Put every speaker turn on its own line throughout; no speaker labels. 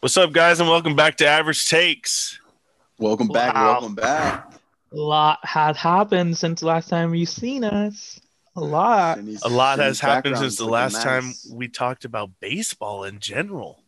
What's up, guys, and welcome back to Average Takes.
Welcome back.
Wow.
Welcome back.
A lot has happened since last time you've seen us. A lot.
Cindy's-
A lot
Cindy's
has happened
background's
since the
looking
last time
nice.
we talked about baseball in general.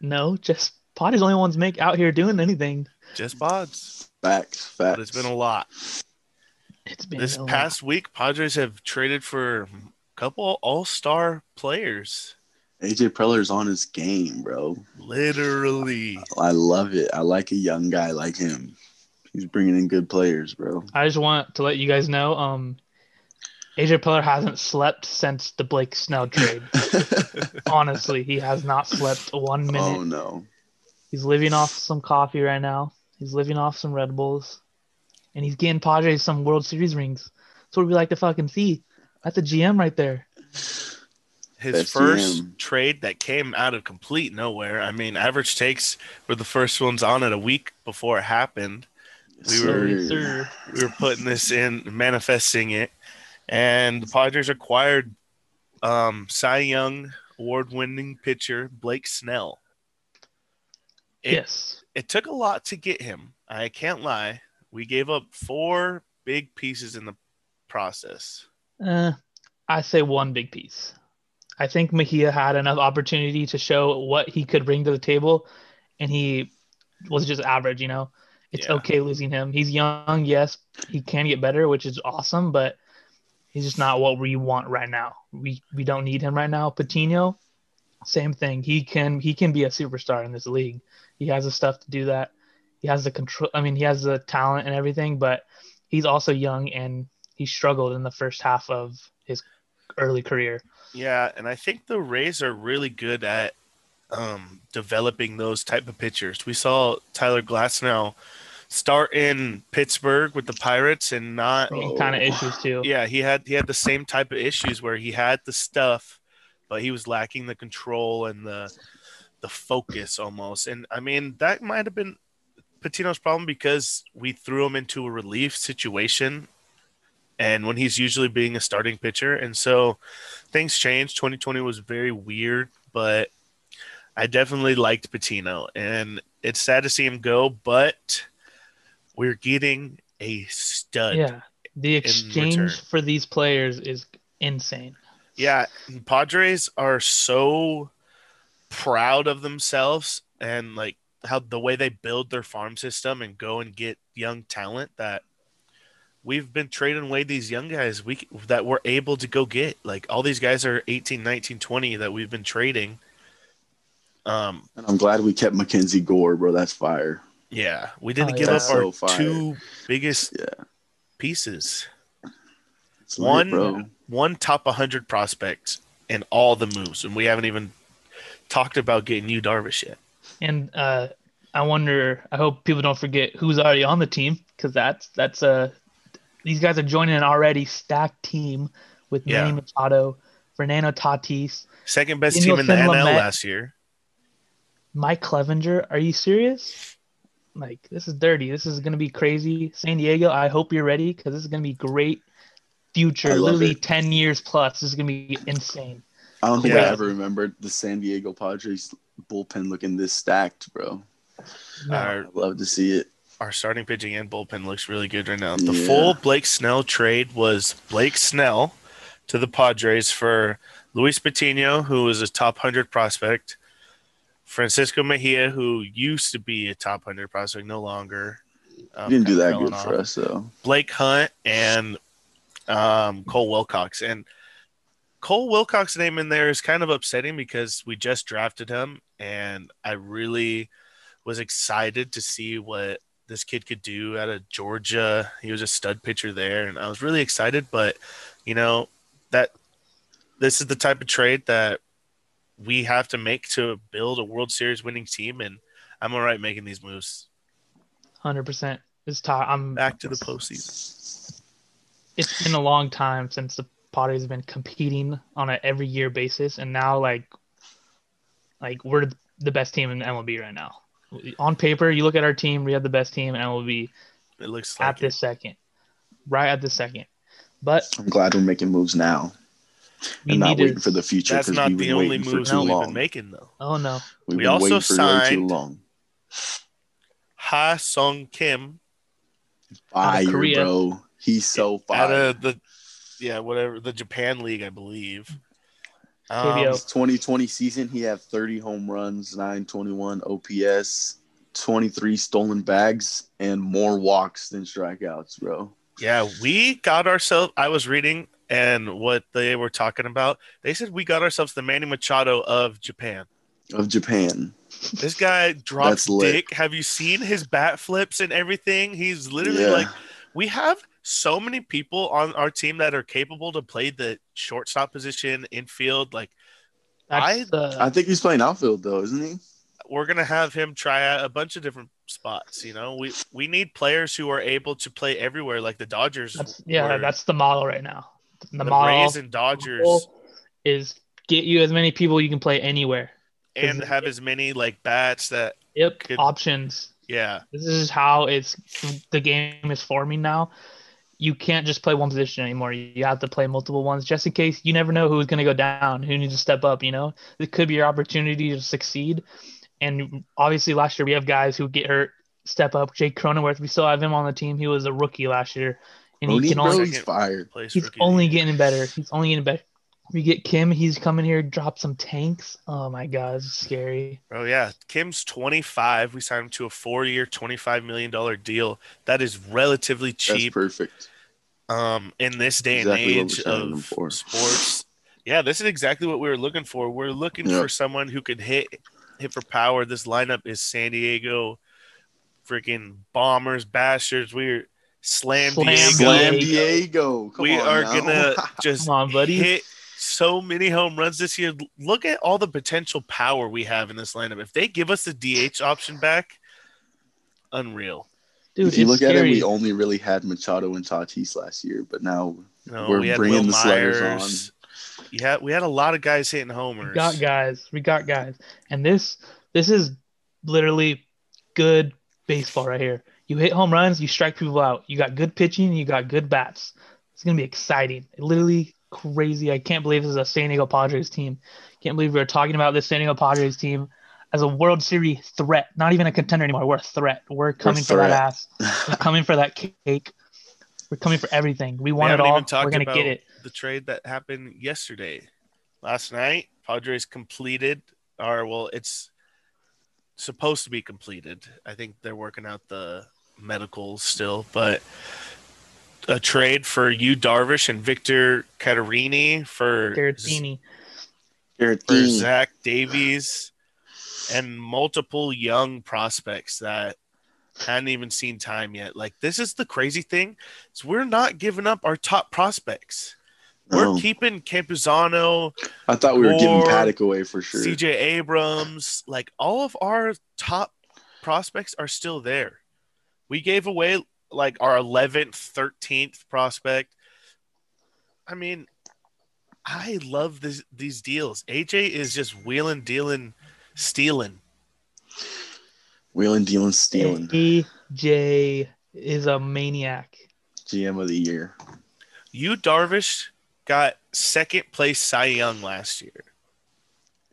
No, just Pod is the only ones make out here doing anything.
Just Pods,
Facts, facts.
but it's been a lot.
It's been
This
a lot.
past week, Padres have traded for a couple all-star players.
AJ Preller's on his game, bro.
Literally,
I love it. I like a young guy like him. He's bringing in good players, bro.
I just want to let you guys know, um, AJ Pillar hasn't slept since the Blake Snell trade. Honestly, he has not slept one minute.
oh no.
He's living off some coffee right now. He's living off some Red Bulls, and he's getting Padres some World Series rings. That's what we like to fucking see. That's a GM right there.
his
That's
first
him.
trade that came out of complete nowhere. I mean, Average Takes were the first ones on it a week before it happened. We were-
Yes, sir.
we were putting this in, manifesting it, and the Padres acquired um, Cy Young award-winning pitcher Blake Snell. It-
yes.
It took a lot to get him. I can't lie. We gave up four big pieces in the process.
Uh, I say one big piece. I think Mejia had enough opportunity to show what he could bring to the table, and he was just average. You know, it's
Yeah.
okay losing him. He's young, yes, he can get better, which is awesome, but he's just not what we want right now. We we don't need him right now. Patino, same thing. He can he can be a superstar in this league. He has the stuff to do that. He has the control. I mean, he has the talent and everything, but he's also young and he struggled in the first half of his early career.
Yeah, and I think the Rays are really good at um, developing those type of pitchers. We saw Tyler Glasnow start in Pittsburgh with the Pirates and not
Oh.
Kind of issues too.
Yeah, he had he had the same type of issues where he had the stuff, but he was lacking the control and the the focus almost. And I mean that might have been Patino's problem because we threw him into a relief situation, and when he's usually being a starting pitcher, and so things changed. Twenty twenty was very weird, but I definitely liked Patino, and it's sad to see him go, but we're getting a stud.
Yeah. The
return.
exchange for these players is insane.
Yeah, Padres are so proud of themselves and like how the way they build their farm system and go and get young talent that we've been trading away these young guys we that we're able to go get. Like all these guys are 18, 19, 20 that we've been trading. Um
And I'm glad we kept Mackenzie Gore, bro. That's fire.
yeah, we didn't
Oh,
give
yeah.
up our
So fire.
two biggest
Yeah.
pieces.
It's lit,
one
bro.
one top 100 prospect in all the moves and we haven't even talked about getting you darvish yet
And uh, I wonder, I hope people don't forget who's already on the team because that's, that's uh, these guys are joining an already stacked team with Manny
Yeah.
Machado, Fernando Tatis,
second best
Daniel
team in the
Finlamet.
nl last year
Mike Clevenger, are you serious? Like, this is dirty. This is going to be crazy. San Diego, I hope you're ready because this is going to be great
I
future.
love
Literally
it.
10 years plus. This is going to be insane.
I don't think I
Yeah.
ever remembered the San Diego Padres bullpen looking this stacked, bro.
No.
our,
I'd love to see it.
our starting pitching and bullpen looks really good right now the
Yeah.
full blake snell trade was blake snell to the padres for luis patino who is a top 100 prospect francisco mejia who used to be a top 100 prospect no longer
You
um,
didn't do
kinda
that
fell
good
off.
for us, though.
Blake Hunt and um, Cole Wilcox. And Cole Wilcox's name in there is kind of upsetting because we just drafted him, and I really was excited to see what this kid could do out of Georgia. He was a stud pitcher there, and I was really excited. But you know that this is the type of trade that we have to make to build a World Series winning team, and I'm all right making these moves
Hundred percent. It's time. I'm.
back to the postseason.
It's been a long time since the Padres have been competing on an every year basis, and now like, like we're the best team in MLB right now. On paper, you look at our team. We have the best team in MLB
It looks like
at this second, right at this second. But
I'm glad we're making moves now.
We
and not
needed-
waiting for the future
That's
because
not
we've
the
been
only
waiting for
moves
too
that we've
long.
been making though.
Oh no.
We've
We
been
also
waiting for way too
signed-
long.
Ha Sung Kim
Out of
Fire,
Korea.
bro. He's so
out
fire.
of the yeah whatever the Japan League, I believe.
KBO.
Um,
His 2020 season, he had 30 home runs, 921 OPS, 23 stolen bags, and more walks than strikeouts, bro.
yeah, we got ourselves. I was reading and what they were talking about. They said we got ourselves the Manny Machado of Japan.
Of Japan.
This guy drops
That's lit.
dick. Have you seen his bat flips and everything? He's literally
Yeah.
like, we have so many people on our team that are capable to play the shortstop position, infield. Like,
That's
I-
the
I think he's playing outfield though, isn't he?
we're gonna have him try out a bunch of different spots. You know, we we need players who are able to play everywhere, like the Dodgers.
that's yeah,
were.
that's the model right now. The,
the,
model
Rays and Dodgers,
goal is get you as many people you can play anywhere.
and have as many like bats that.
Yep.
Good.
Options.
Yeah,
This is how it's the game is forming now. You can't just play one position anymore. You have to play multiple ones just in case you never know who's going to go down, who needs to step up. You know, it could be your opportunity to succeed. And obviously, last year we have guys who get hurt, step up. Jake Cronenworth, we still have him on the team. He was a rookie last year, and he
Rooney,
can
bro,
only
he's fire.
plays
he's
rookie of the
only
year.
getting better. He's only getting better. We get Kim. He's coming here, drop some tanks. Oh my God, this is scary.
Oh yeah, Kim's 25. We signed him to a four-year, 25 million dollar deal. That is relatively
That's
cheap
perfect.
um, in this day
Exactly what
and age
we're signing him
of
for.
sports. Yeah, this is exactly what we were looking for. We're looking
Yeah.
for someone who could hit hit for power. This lineup is San Diego, freaking bombers, bastards. We're slam,
Slam
Diego.
Diego.
Slam Diego. Come
we
on
are
now.
gonna just
Come on, buddy.
hit so many home runs this year. Look at all the potential power we have in this lineup. If they give us the DH option back, unreal.
Dude,
if you
it's
look at it,
scary.
we only really had Machado and Tatis last year, but now
No,
We're
we had
bringing
Will
the sluggers
Myers. Yeah, we had a lot of guys hitting homers.
We got guys. We got guys. And this this is literally good baseball right here. You hit home runs, you strike people out. You got good pitching, you got good bats. It's gonna be exciting. Literally crazy. I can't believe this is a San Diego Padres team. Can't believe we we're talking about this San Diego Padres team as a World Series threat. Not even a contender anymore. We're a threat. We're coming for
threat.
that ass. We're coming for that cake. We're coming for everything. We
We
want it
haven't
all.
even talked
We're gonna
about
get it.
The trade that happened yesterday, last night, Padres completed. Or well, it's supposed to be completed. I think they're working out the medicals still, but a trade for you Darvish and Victor Caterini for
Caratini.
Garrett
for
Dean,
Zach Davies and multiple young prospects that hadn't even seen time yet. Like this is the crazy thing is we're not giving up our top prospects.
no.
We're keeping Campuzano,
I thought we were giving
Gore,
Paddock away for sure.
CJ Abrams, like all of our top prospects are still there. We gave away like our 11th, 13th prospect. I mean, I love this, these deals. AJ is just wheeling, dealing, stealing.
Wheeling, dealing, stealing.
AJ is a maniac.
GM of the year.
You Darvish got second place Cy Young last year.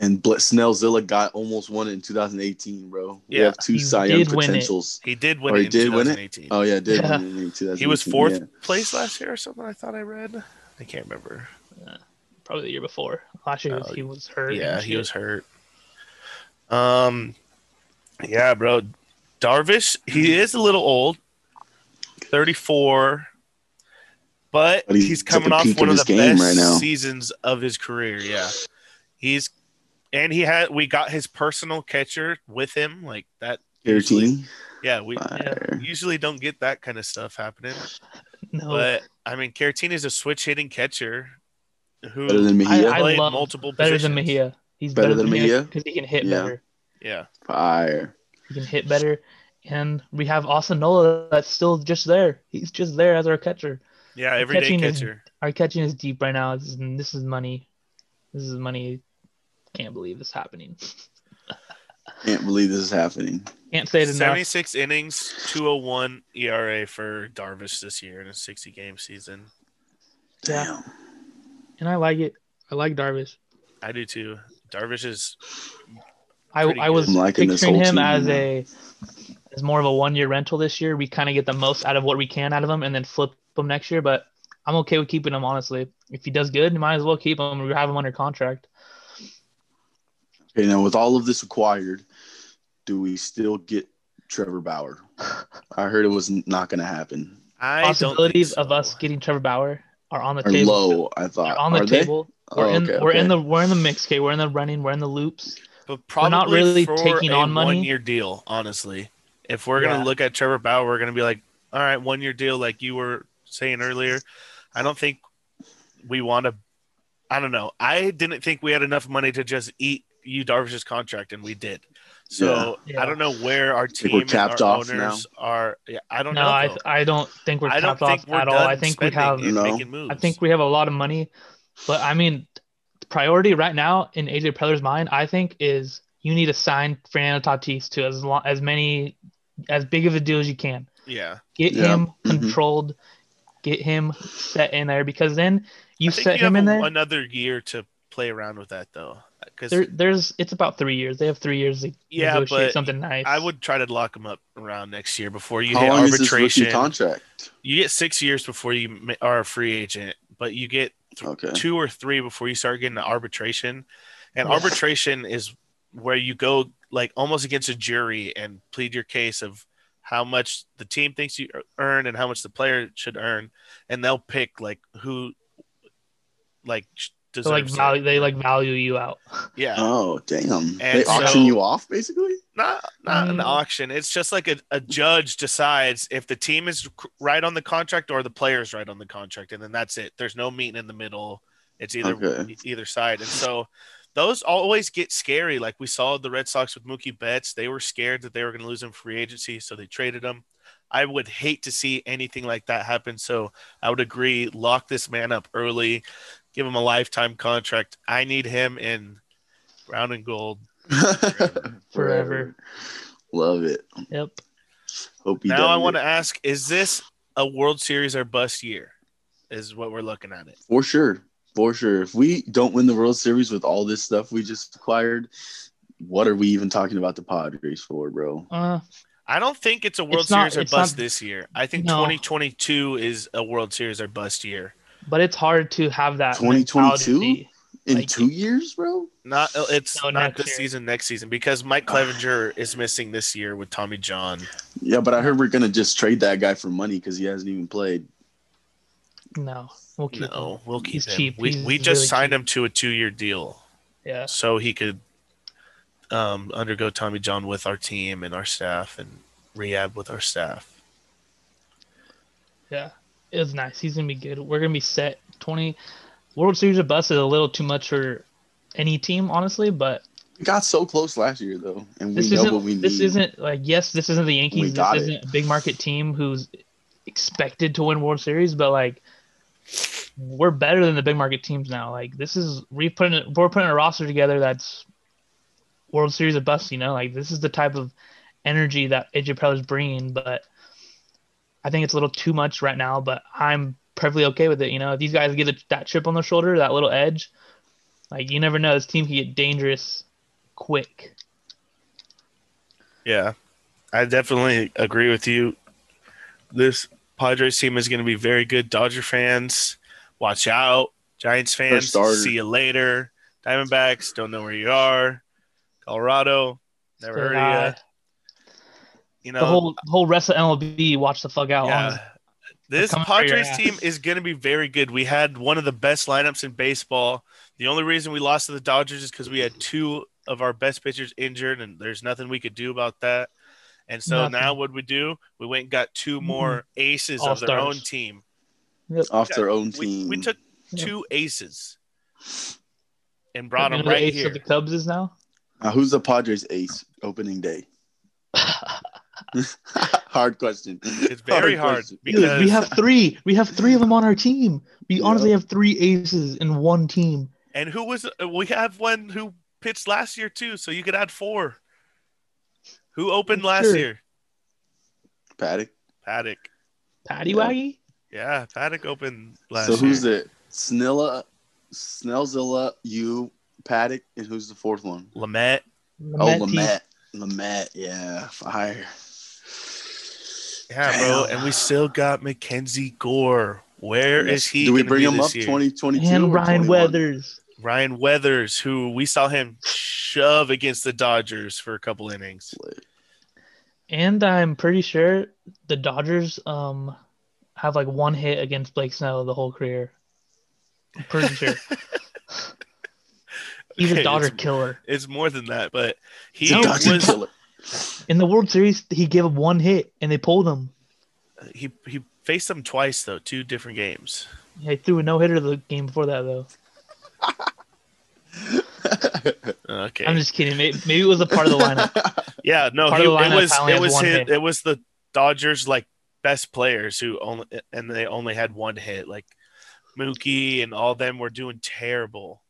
And Bl- Snellzilla got almost won it in 2018, bro. We
Yeah.
have two
He
Cy Young
did win it.
potentials.
He did win
Oh,
it
he
in
did win it?
2018.
Oh yeah, did
Yeah.
win it in 2018.
he was fourth
yeah.
place last year or something. I thought I read. I can't remember.
Probably the year before. Last year
Oh,
he was hurt.
Yeah,
and
he
shit.
was hurt. Um, yeah, bro. Darvish,
Mm-hmm.
he is a little old, 34, but
But
he's,
he's at
coming
the
off
peak of
one of
his
the
game
best
right now.
seasons of his career. Yeah, he's and he had we got his personal catcher with him like that.
Caratini,
Yeah, we
fire.
usually don't get that kind of stuff happening,
No,
but I mean, Caratini is a switch hitting catcher who
Better than Mejia.
I-
played
love
multiple
better
positions.
than Mejia. He's
Better than Mejia?
because he can hit
Yeah.
better.
Yeah.
fire.
He can hit better, and we have Austin Nola that's still just there. He's just there as our catcher.
Yeah, everyday
catching is-
catcher.
Our catching is deep right now. This is, this is money. This is money. Can't believe this happening.
Can't believe this is happening.
Can't say it enough.
76 innings, 201 ERA E for Darvish this year in a 60 game season.
Yeah.
Damn.
And I like it. I like Darvish.
I do too. Darvish is
I,
Pretty
I
good.
was
I'm liking this
picturing
whole
him
team
as
now.
a as more of a one year rental this year. We kind of get the most out of what we can out of him, and then flip him next year. But I'm okay with keeping him. Honestly, if he does good, you might as well keep him. We have him under contract.
Okay, now with all of this acquired, do we still get Trevor Bauer? I heard it was not going to happen.
I don't think
Possibilities
so.
of us getting Trevor Bauer are on the
Or
table.
low, I thought.
They're on the
Are they?
table. We're
Oh,
in.
okay,
We're in
okay.
the. We're in the mix. Okay, we're in the running. We're in the loops.
but
We're
probably
not really
for
taking
a
on money.
One-year deal, honestly. If we're gonna
Yeah.
look at Trevor Bauer, we're gonna be like, all right, one-year deal, like you were saying earlier. I don't think we want to. I don't know. I didn't think we had enough money to just eat you Darvish's contract, and we did. So
Yeah. Yeah.
I don't know where our
think
team
we're
and our
capped off
owners are. Yeah, I don't
no,
know.
I
though.
I don't think we're
I don't
capped
think
off
we're
at all.
done
I think we have.
spending and
No.
making moves.
I think we have a lot of money, but I mean, the priority right now in AJ Preller's mind, I think, is you need to sign Fernando Tatis to as long, as many as big of a deal as you can.
yeah.
Get
Yeah.
him
Mhm.
controlled, get him set in there because then you
I think
set
you
him
have
in
a-
there.
another year to play around with that though,
there.
because
There's it's about three years. They have three years to
Yeah,
negotiate
but
something nice.
I would try to lock him up around next year before you
How
hit
long is this rookie
arbitration.
contract?
you get six years before you ma- are a free agent, but you get
Okay.
two or three before you start getting to arbitration. And
Yeah.
arbitration is where you go like almost against a jury and plead your case of how much the team thinks you e, earn and how much the player should earn, and they'll pick like who like sh-
So, like
deserves. it.
value, they like value you out.
yeah,
Oh, damn.
And
they auction
so-
you off, basically?
not not an
Mm.
auction. It's just like a, a judge decides if the team is c- right on the contract or the player's right on the contract, and then that's it. There's no meeting in the middle. It's either e,
Okay.
either side, and so those always get scary. Like we saw the Red Sox with Mookie Betts, they were scared that they were going to lose him free agency, so they traded him. I would hate to see anything like that happen. So I would agree, lock this man up early, give him a lifetime contract. I need him in brown and gold.
Forever.
Forever.
Love it.
Yep.
Hope you
now I want to ask: Is this a World Series or bust year? Is what we're looking at it.
For sure. For sure. If we don't win the World Series with all this stuff we just acquired, what are we even talking about the Padres for, bro?
Uh,
I don't think it's a World
It's not-
Series or
it's
bust
not-
this year. I think
No.
2022 is a World Series or bust year.
but it's hard to have that.
2022?
mentality.
In
Like-
two years, bro?
Not uh, it's
No,
not
next
this
year.
season, next season because Mike Clevenger is missing this year with Tommy John.
Yeah, but I heard we're gonna just trade that guy for money because he hasn't even played.
No, we'll keep him.
No, we'll keep
He's
him.
cheap.
We
He's
we just
really
signed
cheap.
him to a two year deal
Yeah.
so he could um, undergo Tommy John with our team and our staff and rehab with our staff.
Yeah, it was nice. He's gonna be good. We're gonna be set. Twenty World Series of Bus is a little too much for any team, honestly. But
We got so close last year though, and we
this
know what we need.
isn't. This isn't like yes, this isn't the Yankees. This
got it.
isn't a big market team who's expected to win World Series. But like, we're better than the big market teams now. Like this is we putting it- we're putting a roster together that's World Series of Bus. You know, like this is the type of energy that AJ Preller's bringing, but. I think it's a little too much right now, but I'm perfectly okay with it. You know, if these guys get a, that chip on their shoulder, that little edge, like you never know, this team can get dangerous quick.
Yeah, I definitely agree with you. This Padres team is going to be very good. Dodger fans, watch out. Giants fans,
starter.
see you later. Diamondbacks, don't know where you are. Colorado, never
So,
heard
uh,
of you. You know,
the whole whole rest of MLB, watch the fuck out.
yeah. This
coming for your
Padres
ass.
team is going to be very good. We had one of the best lineups in baseball. The only reason we lost to the Dodgers is because we had two of our best pitchers injured, and there's nothing we could do about that. And so
Nothing. Mm-hmm.
now what we do? We went and got two more aces of their
All-stars.
own team.
off their own
We,
team.
we took
Yeah.
two aces and
You
brought
know who
them
the
right
ace
here.
of the Cubs is now.
Uh, who's the Padres ace opening day? hard question.
It's very hard
question.
because-
Dude, we have three. We have three of them on our team. We
Yeah.
honestly have three aces in one team.
And who was we have one who pitched last year too, so you could add four. Who opened last
Sure.
year?
Paddock.
Paddock.
Patty
Yeah.
Waggy.
Yeah, Paddock opened last
so who's
year.
it? Snilla Snellzilla, you, Paddock, and who's the fourth one?
Lamette.
Oh, Lamette. Lamette, yeah, fire.
Yeah, bro. And we still got Mackenzie Gore. Where is he?
Do we
gonna
bring
be
him
this
up
year?
2022?
and
or
Ryan
21?
Weathers.
Ryan Weathers, who we saw him shove against the Dodgers for a couple innings.
And I'm pretty sure the Dodgers um have like one hit against Blake Snell the whole career. I'm pretty sure. He's
Okay,
a Dodger
it's-
killer.
It's more than that, but he
He's a Dodger
was
killer.
In the World Series, he gave up one hit and they pulled him.
he he faced them twice though, two different games.
He threw a no hitter the game before that though.
Okay.
I'm just kidding. Maybe, maybe it was a part of the lineup.
yeah, no,
part
he,
of the
it
lineup
was
finally
it
has
was
one
his,
hit.
it was the Dodgers like best players who only and they only had one hit. Like Mookie and all them were doing terrible.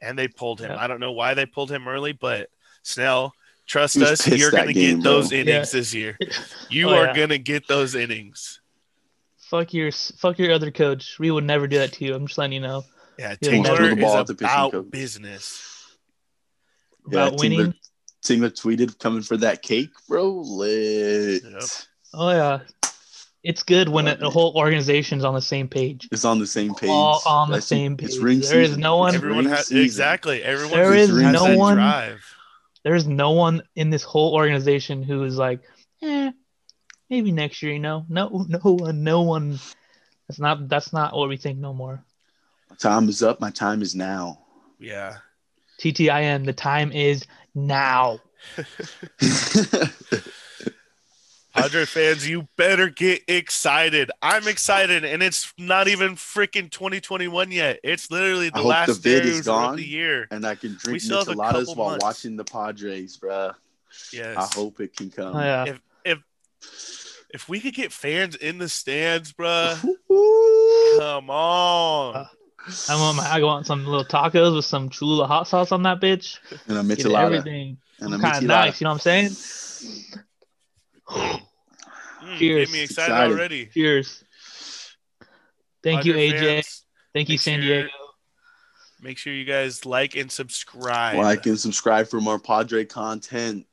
And they pulled him.
Yeah.
I don't know why they pulled him early, but Snell, trust
He was
us,
pissed
you're
that
gonna
game,
get those
bro.
innings this year. You
Oh,
are
yeah.
gonna get those innings.
fuck your fuck your other coach. We would never do that to you. I'm just letting you know.
Yeah,
Yeah, he
Taylor
threw
is
the
ball at the pitching
about
coach.
business.
Yeah,
About
Tingler-
winning.
Tingler tweeted coming for that cake, bro. Lit.
Yep.
Oh yeah. It's good when
Love
a
it.
whole organization's on the same page.
It's on the same page.
All on the
That's-
same
It's
page.
ring
There is
season.
no one-
It's
Everyone
ring
has
season.
exactly. Everyone
There
has
is
that
no
same
one-
drive.
There's no one in this whole organization who is like, eh, maybe next year, you know? No no one, no one that's not that's not what we think no more.
Time is up. My time is now.
Yeah,
TTIN, the time is now.
Padre fans, you better get excited. I'm excited, and it's not even freaking 2021 yet. It's literally
I
the
hope
last
the vid
day
is
of
gone.
the year.
and I can drink
still have a
micheladas
couple
while
months.
watching the Padres, bruh.
Yes.
I hope it can come.
Oh, yeah.
If if if we could get fans in the stands, bruh,
Woo!
come on.
Uh, I want my I want some little tacos with some Cholula hot sauce on that bitch.
and a
Get
michelada.
everything.
And a
Kind
michelada.
of nice, you know what I'm saying?
Mm,
cheers.
Get me excited,
Excited.
already.
Cheers. Thank you,
Padre
AJ.
fans,
Thank you,
make
San
sure-
Diego.
Make sure you guys like and subscribe.
Like and subscribe for more Padre content.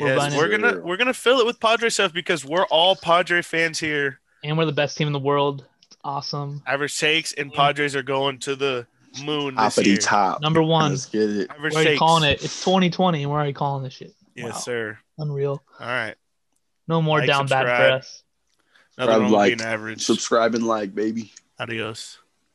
We're
Yes,
running.
we're gonna we're gonna fill it with Padre stuff because we're all Padre fans here.
And we're the best team in the world. It's awesome.
Average takes
Mm.
and Padres are going to the moon this
Uppity
year.
top.
Number one.
Let's get it.
Average
We're already
takes.
calling it. It's 2020, and we're already calling this shit.
Yes,
Wow.
sir.
Unreal.
All right.
No more
Like,
down bad for
subscribe.
us.
Another one
Subscribe,
like,
like,
being average.
Subscribe and like, baby.
Adios.